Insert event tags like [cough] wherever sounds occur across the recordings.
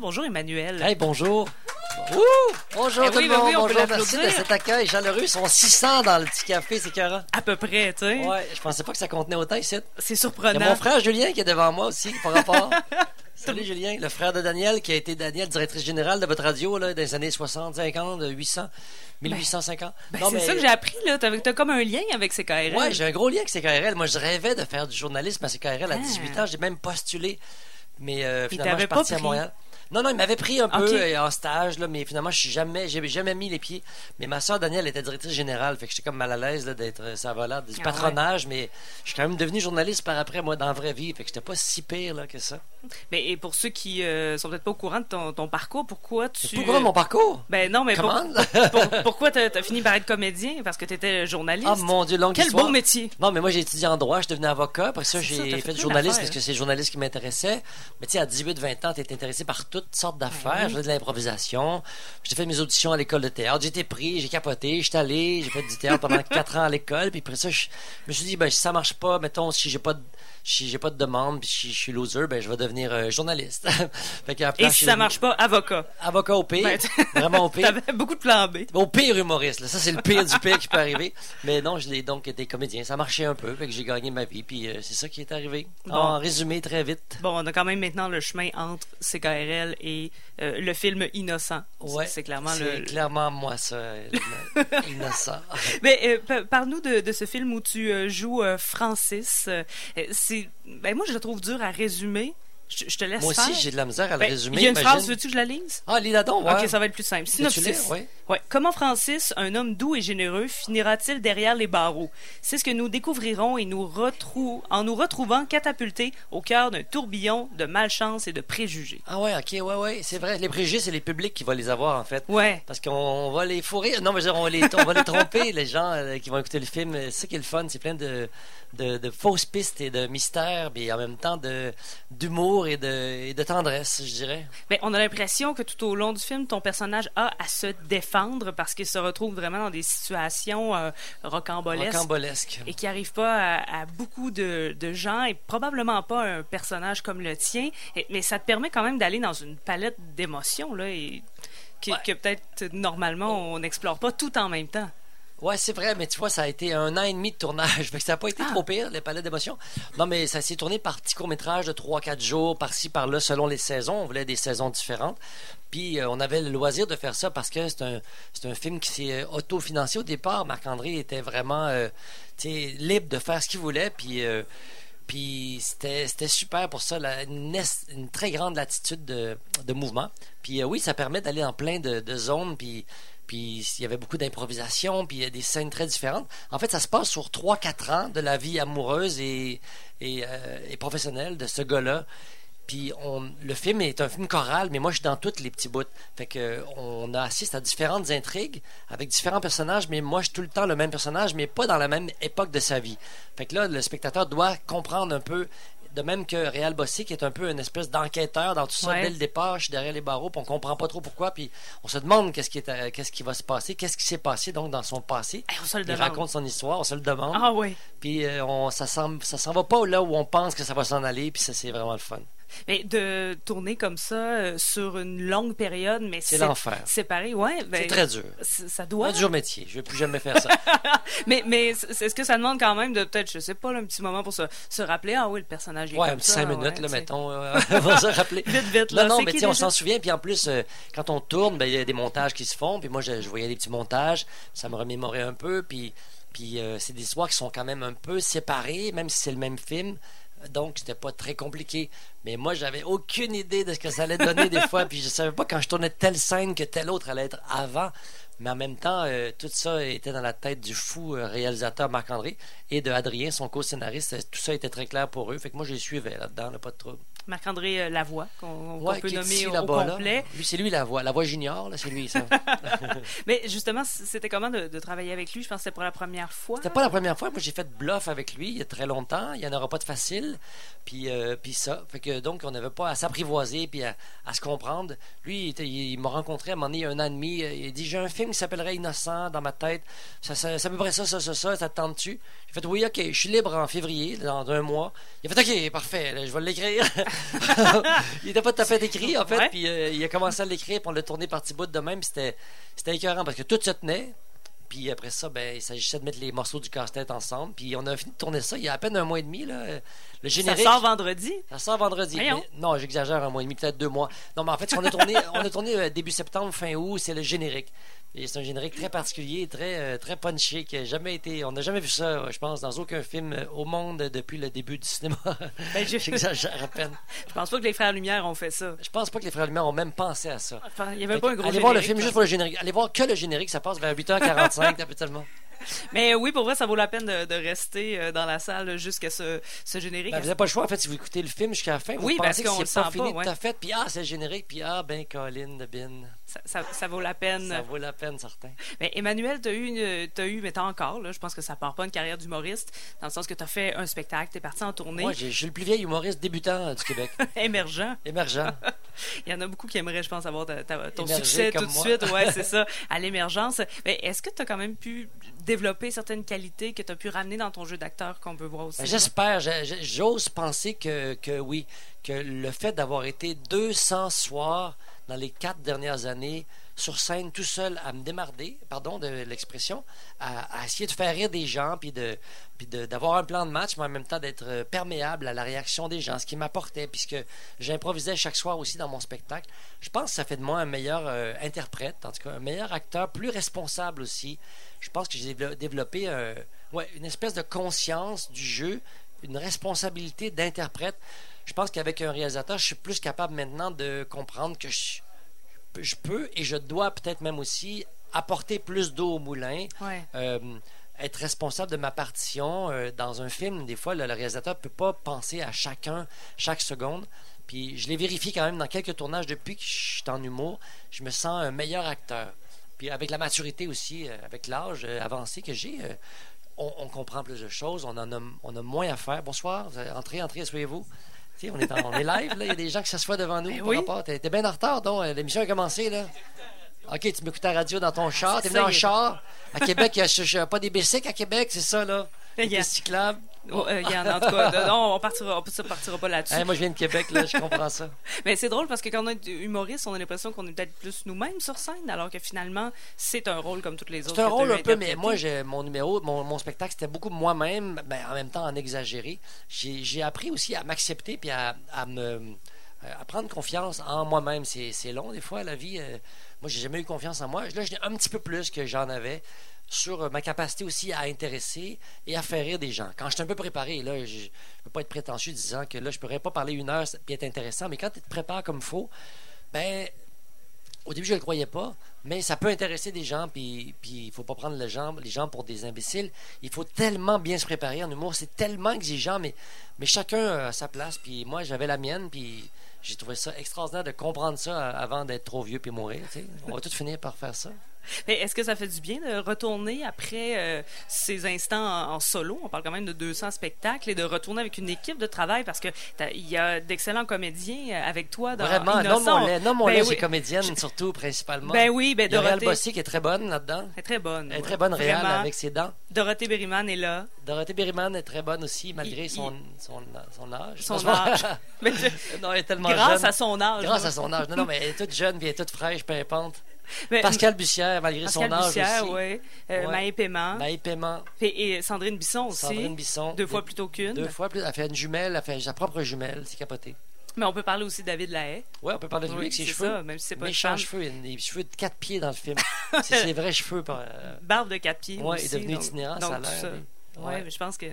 Bonjour Emmanuel. Hey, bonjour. Wouh! Bonjour Eh tout oui, le ben monde, oui, on peut bonjour, merci de l'applaudir. cet accueil chaleureux. Ils sont 600 dans le petit café, c'est carré. À peu près, tu sais. Ouais, je pensais pas que ça contenait autant ici. C'est Il y surprenant. a mon frère Julien qui est devant moi aussi, [laughs] par rapport. Salut Julien, le frère de Daniel qui a été Daniel, directrice générale de votre radio là, dans les années 60, 50, 800, 1850. Ben, Non, c'est mais- ça que j'ai appris, là. T'as, t'as comme un lien avec ces KRL. Ouais, j'ai un gros lien avec CKRL. Moi, je rêvais de faire du journalisme à CKRL à Ah. 18 ans. J'ai même postulé. Mais euh, finalement, je t'avaient suis pas parti à pris. Montréal. Non, non, il m'avait pris un peu Ok. euh, en stage, là, mais finalement, je suis jamais, j'ai jamais mis les pieds. Mais ma soeur Danielle était directrice générale, fait que j'étais comme mal à l'aise là, d'être euh, sa volante du Ah patronage, mais je suis quand même devenu journaliste par après, moi, dans la vraie vie, fait que j'étais pas si pire là, que ça. Mais Ben, et pour ceux qui euh, sont peut-être pas au courant de ton, ton parcours, pourquoi tu. C'est tout gros mon parcours. Ben non, mais pour- Comment? pour- pourquoi t'as, t'as fini par être comédien? Parce que t'étais journaliste. Ah mon dieu, longue Quel histoire. beau métier. Non, mais moi, j'ai étudié en droit, je suis devenu avocat. Après ça, C'est ça, t'as j'ai fait fait, plein du journalisme d'affaires. parce que c'est le journaliste qui m'intéressait. Mais tu sais, à 18-20 ans, t'es intéressé par toutes sortes Ben d'affaires. Je faisais de l'improvisation. J'ai fait mes auditions à l'école de théâtre. J'ai été pris, j'ai capoté, j'étais allé, j'ai fait du [laughs] théâtre pendant 4 ans à l'école. Puis après ça, je je me suis dit, ben, si ça marche pas, mettons, si j'ai pas de si j'ai pas de demande, puis si je suis loser, ben je vais devenir euh, journaliste. [laughs] fait qu'après, Et je si suis ça marche pas, avocat. avocat au pire, Ben, [laughs] t- vraiment au pire. T'avais beaucoup de plans B. Au pire humoriste, là. ça c'est le pire du pire qui peut arriver. Mais non, je l'ai donc été comédien. Ça marchait un peu, fait que j'ai gagné ma vie, puis euh, c'est ça qui est arrivé. Bon. En résumé, très vite. Bon, on a quand même maintenant le chemin entre CKRL et euh, le film Innocent. Ouais, c'est clairement c'est le. clairement moi ça, euh, l'inno- [laughs] innocent. Mais euh, pa- parle-nous de, de ce film où tu euh, joues euh, Francis. Euh, c'est, ben moi je le trouve dur à résumer. Je, je te laisse Moi faire. aussi, j'ai de la misère à le Ben, résumer. Il y a une imagine. phrase, veux-tu que je la lise Ah, lis la donc, ouais. Ok, ça va être plus simple. Veux-tu lire? Synopsis. Ouais. Ouais. Comment Francis, un homme doux et généreux, finira-t-il derrière les barreaux C'est ce que nous découvrirons et nous retrou- en nous retrouvant catapultés au cœur d'un tourbillon de malchance et de préjugés. Ah ouais, ok, ouais, ouais, c'est vrai. Les préjugés, c'est les publics qui vont les avoir en fait. Ouais. Parce qu'on va les fourrer. Non, mais je veux dire, on, les, on va les tromper, les gens euh, qui vont écouter le film. C'est ça qui est le fun. C'est plein de, de, de fausses pistes et de mystères, mais en même temps de- d'humour et de, et de tendresse, je dirais. Ben, on a l'impression que tout au long du film, ton personnage a à se défendre parce qu'il se retrouve vraiment dans des situations euh, rocambolesques Rocambolesque. et qui n'arrivent pas à, à beaucoup de, de gens et probablement pas un personnage comme le tien. Et- mais ça te permet quand même d'aller dans une palette d'émotions là, et que, Ouais. Oh. que peut-être normalement on n'explore pas tout en même temps. Ouais, c'est vrai, mais tu vois, ça a été un an et demi de tournage. [laughs] Fait que ça n'a pas été Ah. trop pire, les palettes d'émotions. Non, mais ça s'est tourné par petits courts-métrages de 3-4 jours, par-ci, par-là, selon les saisons. On voulait des saisons différentes. Puis, euh, on avait le loisir de faire ça parce que c'est un, c'est un film qui s'est euh, autofinancé au départ. Marc-André était vraiment euh, tu sais, libre de faire ce qu'il voulait. Puis. euh, puis c'était c'était super pour ça, la- une, es- une très grande latitude de, de mouvement. Puis euh, oui, ça permet d'aller en plein de, de zones, puis puis il y avait beaucoup d'improvisation, puis il y a des scènes très différentes. En fait, ça se passe sur 3-4 ans de la vie amoureuse et, et, euh, et professionnelle de ce gars-là. Puis on, le film est un film choral, mais moi je suis dans toutes les petits bouts. Fait que euh, on assiste à différentes intrigues avec différents personnages, mais moi je suis tout le temps le même personnage, mais pas dans la même époque de sa vie. Fait que là, le spectateur doit comprendre un peu, de même que Réal Bossy, qui est un peu une espèce d'enquêteur dans tout ça Ouais. dès le départ, je suis derrière les barreaux, puis on comprend pas trop pourquoi, puis on se demande qu'est-ce qui, est, euh, qu'est-ce qui va se passer, qu'est-ce qui s'est passé donc dans son passé. Eh, on se le Il demande. raconte son histoire, on se le demande, Ah oui. puis euh, on, ça s'en ça s'en va pas là où on pense que ça va s'en aller, puis ça c'est vraiment le fun. Mais de tourner comme ça euh, sur une longue période, mais C'est l'enfer. Séparé, ouais. ben, C'est très dur. c- ça Un doit. dur métier. Je vais plus jamais faire [laughs] ça. Mais, mais c- est-ce que ça demande quand même de peut-être, je sais pas, là, un petit moment pour se, se rappeler, ah oui, le personnage il est Ouais, un comme petit ça, cinq minutes, ouais, tu sais. là, mettons, euh, [laughs] avant de se rappeler. Vite, vite, là, Non, non, c'est mais qui tu sais, on déjà? s'en souvient. Puis en plus, euh, quand on tourne, ben, il y a des montages qui se font. Puis moi, je, je voyais des petits montages. Ça me remémorait un peu. Puis, puis euh, c'est des histoires qui sont quand même un peu séparées, même si c'est le même film. Donc, c'était pas très compliqué. Mais moi, j'avais aucune idée de ce que ça allait donner des fois. [laughs] Puis je savais pas quand je tournais telle scène que telle autre allait être avant. Mais en même temps, euh, tout ça était dans la tête du fou euh, réalisateur Marc-André et de Adrien, son co-scénariste. Euh, Tout ça était très clair pour eux. Fait que moi, je les suivais là-dedans, là, pas de trouble. Marc-André euh, Lavoie, qu'on qu'on Ouais, peut qui est nommer ici, au, au là-bas, là. complet. Lui, c'est lui la voix. La voix junior, là, c'est lui, ça. Mais justement, c- c'était comment de, de travailler avec lui? Je pense que c'était pour la première fois. C'était pas la première fois. Moi, j'ai fait bluff avec lui il y a très longtemps. Il n'y en aura pas de facile. Puis, euh, puis ça. Fait que donc, on n'avait pas à s'apprivoiser puis à, à se comprendre. Lui, il, était- il m'a rencontré à un moment donné, il y a un an et demi. euh, Il dit J'ai un film qui s'appellerait Innocent dans ma tête. Ça, ça, c'est à peu près ça, ça, ça, ça. Ça te tente-tu J'ai fait Oui, OK. Je suis libre en février, dans un mois. Il a fait OK, parfait. là, je vais l'écrire. [laughs] il n'était pas tout à fait écrit, en fait. Ouais. Puis euh, il a commencé à l'écrire, puis on l'a tourné parti bout de même. puis C'était, c'était écœurant parce que tout se tenait. Puis après ça, ben, il s'agissait de mettre les morceaux du casse-tête ensemble. Puis on a fini de tourner ça il y a à peine un mois et demi. Là. Le Ça générique. sort vendredi. Ça sort vendredi. Voyons. Mais- non, j'exagère un mois et demi, peut-être deux mois. Non, mais en fait, on a tourné, [laughs] on a tourné euh, début septembre, fin août, c'est le générique. Et c'est un générique très particulier, très, euh, très punché, qui a jamais été. On n'a jamais vu ça, euh, je pense, dans aucun film euh, au monde depuis le début du cinéma. [laughs] Ben, je- [laughs] j'exagère à peine. Je pense pas que les Frères Lumière ont fait ça. Je pense pas que les frères Lumière ont même pensé à ça. Enfin, il y avait pas un gros Allez voir le générique, film là. juste pour le générique. Allez voir que le générique, ça passe vers 8h45 habituellement. Mais oui, pour vrai, ça vaut la peine de, de rester euh, dans la salle jusqu'à ce, ce générique. Ben, vous n'avez pas le choix, en fait, si vous écoutez le film jusqu'à la fin, vous Oui, parce pensez qu'on que le c'est pas sent pas, fini ouais. tout à fait, puis ah, c'est le générique, puis ah, ben, Colin de Bin. ça, ça- ça vaut la peine. Ça vaut la peine, certain. Mais Emmanuel, t'as eu, une- t'as eu, mais t'as encore, là, je pense que ça part pas une carrière d'humoriste, dans le sens que t'as fait un spectacle, t'es parti en tournée, Moi, j'ai- je suis le plus vieil humoriste débutant euh, [laughs] du Québec, émergent. émergent. Ah, Il y en a beaucoup qui aimeraient, je pense, avoir ta- ta- ton Émerger succès tout comme de moi. suite, [laughs] ouais, c'est ça, à l'émergence. Mais est-ce que t'as quand même pu développer certaines qualités que t'as pu ramener dans ton jeu d'acteur qu'on peut voir aussi? Ben, J'espère, j'ai- j'ai- j'ose penser que, que oui, que le fait d'avoir été 200 soirs dans les quatre dernières années sur scène tout seul à me démarder, pardon de l'expression, à, à essayer de faire rire des gens, puis de puis de- d'avoir un plan de match, mais en même temps d'être euh, perméable à la réaction des gens, ce qui m'apportait, puisque j'improvisais chaque soir aussi dans mon spectacle. Je pense que ça fait de moi un meilleur euh, interprète, en tout cas un meilleur acteur, plus responsable aussi. Je pense que j'ai dévelop- développé euh, ouais, une espèce de conscience du jeu, une responsabilité d'interprète. Je pense qu'avec un réalisateur, je suis plus capable maintenant de comprendre que je, je peux et je dois peut-être même aussi apporter plus d'eau au moulin Ouais. euh, être responsable de ma partition euh, dans un film. Des fois, le, le réalisateur ne peut pas penser à chacun, chaque seconde. Puis je l'ai vérifié quand même dans quelques tournages depuis que je suis en humour. Je me sens un meilleur acteur. Puis avec la maturité aussi, euh, avec l'âge euh, avancé que j'ai, euh, on, on comprend plus de choses, on en a, on a moins à faire. Bonsoir, vous allez- entrez, entrez, asseyez-vous. Tu sais, On est, en, on est live, là. il y a des gens qui s'assoient devant nous. Ben par oui. rapport- T'es t'es bien en retard, donc euh, l'émission a commencé. là. OK, tu m'écoutes à la radio dans ton char. T'es c'est venu Ah, ça, en il est- char. Ah, À Québec, il y a- je- je- pas des bicycles à Québec, c'est ça, là? Il y a- Des pistes cyclables. Oh, euh, il y en a, en tout [laughs] cas, non, on partira, on partira pas là-dessus. Hey, moi, je viens de Québec, là, je comprends ça. Mais c'est drôle parce que quand on est humoriste, on a l'impression qu'on est peut-être plus nous-mêmes sur scène, alors que finalement, c'est un rôle comme toutes les autres. C'est un que t'as rôle eu un à peu, mais interpréter. moi, j'ai- mon numéro, mon, mon spectacle, c'était beaucoup moi-même, mais en même temps en exagéré. J'ai j'ai appris aussi à m'accepter puis à, à me euh, à prendre confiance en moi-même. C'est c'est long, des fois, la vie. euh, moi, j'ai jamais eu confiance en moi. Là, j'ai un petit peu plus que j'en avais sur euh, ma capacité aussi à intéresser et à faire rire des gens. Quand je suis un peu préparé, là, je ne peux pas être prétentieux disant que là, je pourrais pas parler une heure et être intéressant, mais quand tu te prépares comme faut, ben au début, je ne le croyais pas, mais ça peut intéresser des gens, puis puis il faut pas prendre les gens, les gens pour des imbéciles. Il faut tellement bien se préparer en humour, c'est tellement exigeant, mais, mais chacun a sa place, puis moi, j'avais la mienne, puis j'ai trouvé ça extraordinaire de comprendre ça a- avant d'être trop vieux puis mourir. tu sais. On va tous finir par faire ça. Mais est-ce que ça fait du bien de retourner après euh, ces instants en, en solo? On parle quand même de 200 spectacles et de retourner avec une équipe de travail parce que t'as- il y a d'excellents comédiens euh, avec toi dans Vraiment, Innocent. nomme-moi-les, nomme-moi-les, Ben ces oui. comédiennes, surtout, principalement. Ben oui, ben Il y a Réal Dorothée. Bossy qui est très bonne là-dedans. Elle est très bonne. Elle est ouais. très bonne, Réal, Vraiment. avec ses dents. Dorothée Berryman est [laughs] là. Dorothée Berryman est très bonne aussi, malgré Il- son, son, [laughs] son âge. Son âge. Mais je- non, elle est tellement grâce jeune. à son âge. Grâce là. à son âge. Non, non, mais elle est toute jeune, puis elle est toute fraîche, [laughs] pimpante. Mais- Pascal Bussière, malgré Ben, Pascal son âge Bussière, aussi. ouais. Euh, Ouais. Maë Paiement. Maï Paiement, Et, et Sandrine Bisson aussi. Sandrine Bisson. Deux fois plutôt qu'une. Deux fois plus. Elle fait une jumelle, elle fait sa propre jumelle, c'est capoté. Mais on peut parler aussi de David Lahaye. Ouais, on peut parler de lui Oui, avec ses c'est cheveux. ça, même si c'est pas une Méchants femme. cheveux, il a des cheveux de quatre pieds dans [laughs] le film. c'est ses vrais cheveux. par- euh, Barbe de quatre pieds. Ouais, aussi, il est devenu donc- itinérant, donc ça a tout l'air, ça. lui. Ouais, Ouais. mais je pense que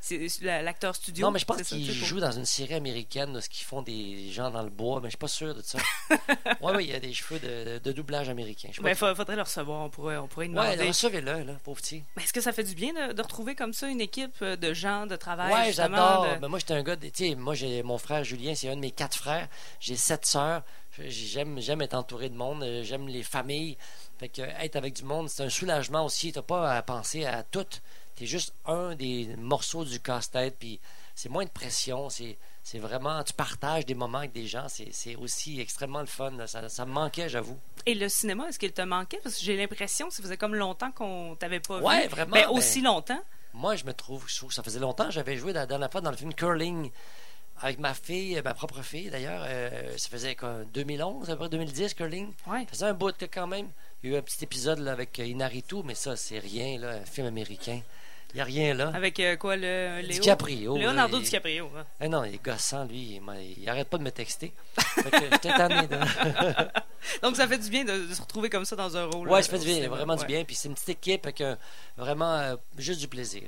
c'est la- l'acteur studio. Non, mais je pense c'est ça, qu'il tu sais, pour- joue dans une série américaine de ce qu'ils font des gens dans le bois, mais je suis pas sûr [laughs] de ça. ouais, oui, il y a des cheveux de, de doublage américain. Je sais pas Ben, fa- faudrait le recevoir, on pourrait, on pourrait y demander. Ouais, recevez-le, là, pauvre petit. Mais Est-ce que ça fait du bien de, de retrouver comme ça une équipe euh, de gens, de travail? Ouais, justement, j'adore. de- Ben, moi, j'étais un gars. de- Tu sais, moi, j'ai mon frère Julien, c'est un de mes quatre frères. J'ai sept sœurs. J'ai- J'aime, j'aime être entouré de monde. Euh, J'aime les familles. Fait que euh, être avec du monde, c'est un soulagement aussi. T'as pas à penser à tout. T'es juste un des morceaux du casse-tête. Puis c'est moins de pression. C'est, c'est vraiment. Tu partages des moments avec des gens. C'est, c'est aussi extrêmement le fun. là. Ça, ça me manquait, j'avoue. Et le cinéma, est-ce qu'il te manquait? Parce que j'ai l'impression que ça faisait comme longtemps qu'on t'avait pas vu. Ouais, vraiment, Ben, ben- aussi longtemps. Moi, je me trouve, je trouve que ça faisait longtemps que j'avais joué la dernière fois dans le film Curling avec ma fille, ma propre fille d'ailleurs. euh, ça faisait quoi, 2011, à peu près 2010, curling. Ouais. Ça faisait un bout là, quand même. Il y a eu un petit épisode là, avec euh, Inaritu, mais ça, c'est rien, là, un film américain. Il n'y a rien là. Avec euh, quoi, le Léo? DiCaprio, Leonardo là, il- DiCaprio. hein. Ah non, il est gossant, lui. Il, m'a- il arrête pas de me texter. Fait que j'étais [laughs] tanné. de- Donc, ça fait du bien de, de se retrouver comme ça dans un rôle. Ouais, euh, ça fait au du bien, cinéma, vraiment ouais. du bien. Puis c'est une petite équipe, avec un- vraiment euh, juste du plaisir.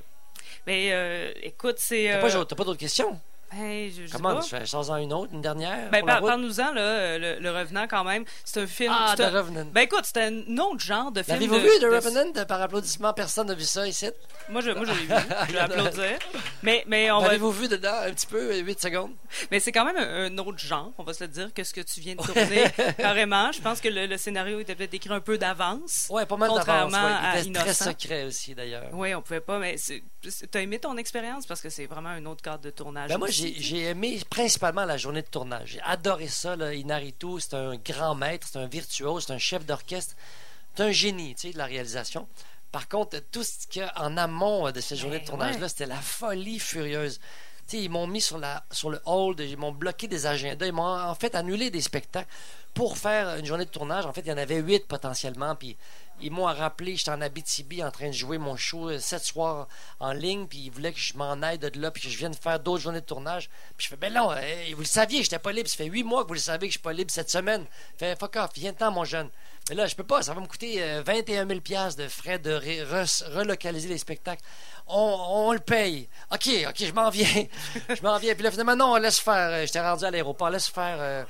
Mais euh, écoute, c'est... T'as euh, pas, t'as pas d'autres questions? hey, je- je sais Comment? pas. Je fais- je sors en une autre, une dernière? Ben, pour la par- route? Parle-nous-en, là, euh, le, le Revenant, quand même. C'est un film... Ah, c'est un- The Revenant. Ben écoute, c'est un autre genre de film. L'avez-vous de- vu, The de- Revenant? Par applaudissement, personne n'a vu ça ici. Moi, je, moi, je l'ai vu. [laughs] Je vais applaudir. Mais, mais, on va... L'avez-vous vu dedans un petit peu, 8 secondes? mais c'est quand même un, un autre genre, on va se le dire, que ce que tu viens de tourner. [laughs] Carrément, je pense que le, le scénario était peut-être écrit un peu d'avance. Ouais, pas mal d'avance. Contrairement ouais. à Il était très Innocent. secret aussi, d'ailleurs. Oui, on pouvait pas, mais c'est- c'est- t'as aimé ton expérience parce que c'est vraiment un autre cadre de tournage. Ben moi, aussi. j'ai j'ai aimé principalement la journée de tournage. J'ai adoré ça. Là. Inarito, c'est un grand maître, c'est un virtuose, c'est un chef d'orchestre, c'est un génie tu sais, de la réalisation. Par contre, tout ce qu'il y a en amont euh, de cette journée Ben de tournage-là, ouais. c'était la folie furieuse. Tu sais, ils m'ont mis sur, la, sur le hold, ils m'ont bloqué des agendas, ils m'ont en fait annulé des spectacles pour faire une journée de tournage. En fait, il y en avait huit potentiellement, puis ils m'ont rappelé, j'étais en Abitibi en train de jouer mon show euh, sept soirs en ligne, puis ils voulaient que je m'en aille de là, puis que je vienne faire d'autres journées de tournage. Puis je fais, ben non, euh, vous le saviez, j'étais pas libre. Ça fait huit mois que vous le savez que je suis pas libre cette semaine. Fait, fuck off, viens temps, mon jeune. Mais là, je peux pas, ça va me coûter euh, 21 000 de frais de ré- re- relocaliser les spectacles. On, on le paye. OK, OK, je m'en viens. [laughs] je m'en viens. Puis là, finalement, non, laisse faire. Euh, J'étais rendu à l'aéroport, laisse faire. euh,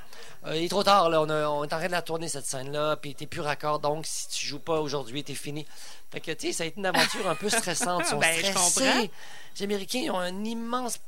euh, il est trop tard, là. On, a- on est en train de la tourner, cette scène-là. Puis t'es plus raccord, donc si tu joues pas aujourd'hui, t'es fini. Fait que, tu sais, ça a été une aventure un [laughs] peu stressante. Ils sont Ben, je stressés. comprends. Les Américains, ils ont un immense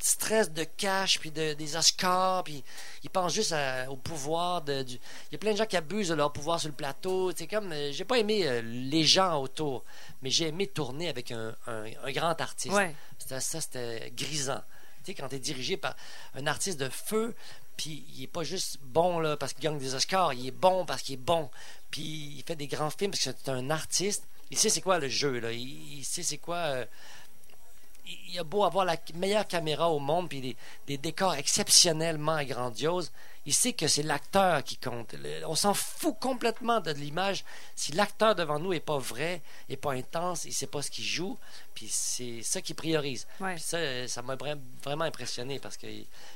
stress de cash, puis de, des Oscars, puis ils pensent juste à- au pouvoir. De, du... Il y a plein de gens qui abusent de leur pouvoir sur le plateau. C'est comme, euh, j'ai pas aimé euh, les gens autour, mais j'ai aimé tourner avec un, un- un grand artiste. Ouais. C'était- Ça, c'était grisant. Tu sais, quand t'es dirigé par un artiste de feu, puis il est pas juste bon là, parce qu'il gagne des Oscars, il est bon parce qu'il est bon, puis il fait des grands films parce que c'est un artiste. Il sait c'est quoi le jeu, là. Il, il sait c'est quoi... euh, il il a beau avoir la meilleure caméra au monde puis des, des décors exceptionnellement grandioses, il sait que c'est l'acteur qui compte. Le- on s'en fout complètement de l'image. Si l'acteur devant nous est pas vrai, est pas intense, il sait pas ce qu'il joue, puis c'est ça qu'il priorise. Ouais. Puis ça, euh, ça m'a vra- vraiment impressionné parce que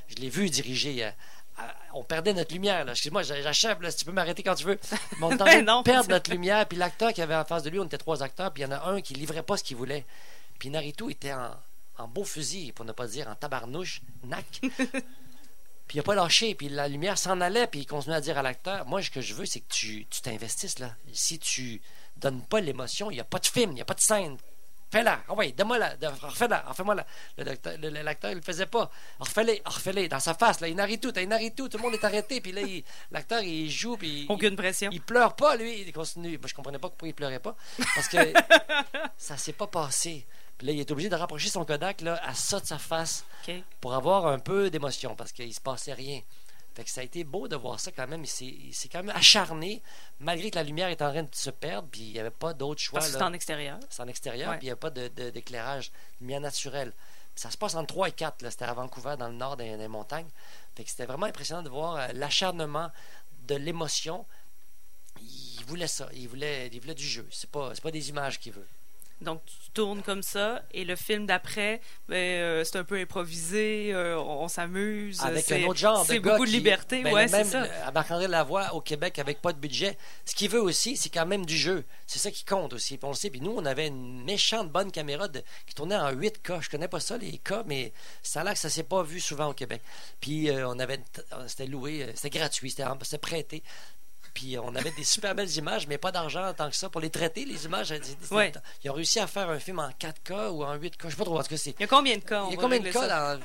je l'ai vu diriger. euh, à- on perdait notre lumière. là. Excuse-moi, j'a- j'achève. là, Si tu peux m'arrêter quand tu veux. Mais on était en train de Non. perdre notre lumière. Puis l'acteur qui avait en face de lui, on était trois acteurs. Puis il y en a un qui livrait pas ce qu'il voulait. Puis Naruto était en, en beau fusil, pour ne pas dire en tabarnouche, nac. puis il a pas lâché, puis la lumière s'en allait, puis il continuait à dire à l'acteur Moi, ce que je veux, c'est que tu tu t'investisses là. Si tu donnes pas l'émotion, il n'y a pas de film, il n'y a pas de scène. Fais-la, ah ouais, donne-moi la, donne- refais-la, refais-moi la. Le docteur- le- le- L'acteur, il le faisait pas. Refais-les, refais-les, dans sa face, là, il n'arrête tout, il n'arrête tout, tout le monde est arrêté, puis là, il- l'acteur, il joue, puis. il- Aucune pression. il pleure pas, lui. Il continue. Moi, je comprenais pas pourquoi il pleurait pas. [laughs] Parce que ça s'est pas passé. Puis là, il est obligé de rapprocher son Kodak là, à ça de sa face OK. pour avoir un peu d'émotion parce qu'il se passait rien. Fait que ça a été beau de voir ça quand même. Il s'est- il s'est quand même acharné malgré que la lumière est en train de se perdre. Puis il n'y avait pas d'autre choix. Parce que là. c'est en extérieur. C'est en extérieur, Ouais. puis il n'y a pas de- de- d'éclairage, de, lumière naturelle. Puis ça se passe en 3 et 4, là. c'était à Vancouver, dans le nord des, des montagnes. Fait que c'était vraiment impressionnant de voir euh, l'acharnement de l'émotion. Il voulait ça, il voulait, il voulait du jeu. C'est pas, c'est pas des images qu'il veut. Donc, tu tournes comme ça et le film d'après, ben, euh, c'est un peu improvisé, euh, on, on s'amuse. Avec c'est- un autre genre de C'est gars beaucoup de qui- liberté, ben, ouais, le même, c'est ça. le- à Marc-André Lavoie, au Québec, avec pas de budget, ce qu'il veut aussi, c'est quand même du jeu. C'est ça qui compte aussi. Puis on le sait. Puis nous, on avait une méchante bonne caméra de- qui tournait en 8K. Je connais pas ça, les K, mais ça a l'air que ça s'est pas vu souvent au Québec. Puis euh, on avait, une t- euh, c'était loué, euh, c'était gratuit, c'était, en- c'était prêté. Puis euh, on avait des super belles [laughs] images, mais pas d'argent tant que ça pour les traiter. Les images, euh, c'était- Ouais. ils ont réussi à faire un film en 4K ou en 8K. Je sais pas trop. En tout cas, c'est Il y a combien de cas on il y a va combien de régler cas ça? dans...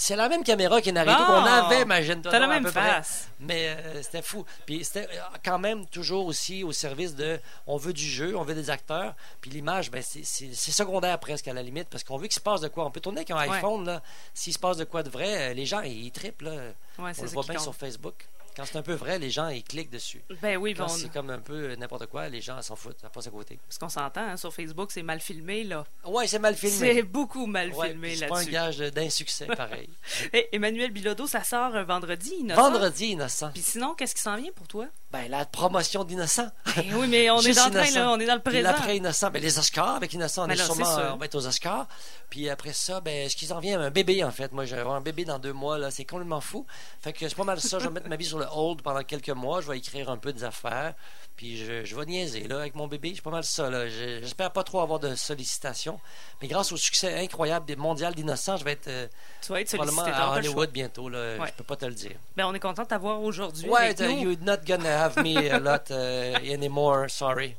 C'est la même caméra qui Naruto Bon. qu'on avait, imagine-toi. T'as la donc, à même peu près. face. Mais euh, c'était fou. Puis c'était euh, quand même toujours aussi au service de on veut du jeu, on veut des acteurs. Puis l'image, ben, c'est c'est- c'est secondaire presque à la limite parce qu'on veut qu'il se passe de quoi. On peut tourner avec un Ouais. iPhone. là. S'il se passe de quoi de vrai, euh, les gens, ils trippent. Là. Ouais, on Ah, c'est le ça voit qui bien compte. sur Facebook. Quand c'est un peu vrai, les gens, ils cliquent dessus. Ben oui, Quand bon, c'est comme un peu euh, n'importe quoi, les gens s'en foutent, ça passe à côté. parce qu'on s'entend, hein, sur Facebook, c'est mal filmé, là. Ouais, c'est mal C'est filmé. beaucoup mal Ouais, filmé puis c'est pas un là-dessus. gage de- d'insuccès, pareil. Eh, Emmanuel Bilodeau, ça sort euh, vendredi, Innocent. Vendredi, Innocent. Puis sinon, qu'est-ce qui s'en vient pour [laughs] toi? Ben, la promotion d'Innocent. Ben oui, mais on est Juste dans le train, Innocent. là, on est dans le Puis présent. après Innocent, ben, les Oscars avec Innocent, on Ben est là, c'est sûrement sûr. euh, on va être aux Oscars. Puis après ça, ben, ce qu'ils en vient, un bébé en fait. Moi, je vais avoir un bébé dans deux mois, là, c'est complètement fou. Fait que c'est pas mal ça, je vais mettre ma vie sur le hold pendant quelques mois, je vais écrire un peu des affaires, puis je, je vais niaiser là, avec mon bébé, c'est pas mal ça. Là. Je- J'espère pas trop avoir de sollicitations, mais grâce au succès incroyable des mondial d'Innocent, je vais être euh, Tu vas être probablement sollicité. à t'auras pas le choix. Hollywood bientôt, là. Ouais. je peux pas te le dire. Ben, on est content de t'avoir aujourd'hui. Ouais, avec uh, nous. you're not gonna have me a lot uh, anymore, sorry.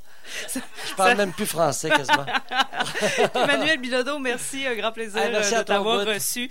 Je parle ça- même plus français quasiment. Emmanuel Bilodeau, merci, un grand plaisir Ah, merci euh, à de toi, t'avoir Wood. reçu.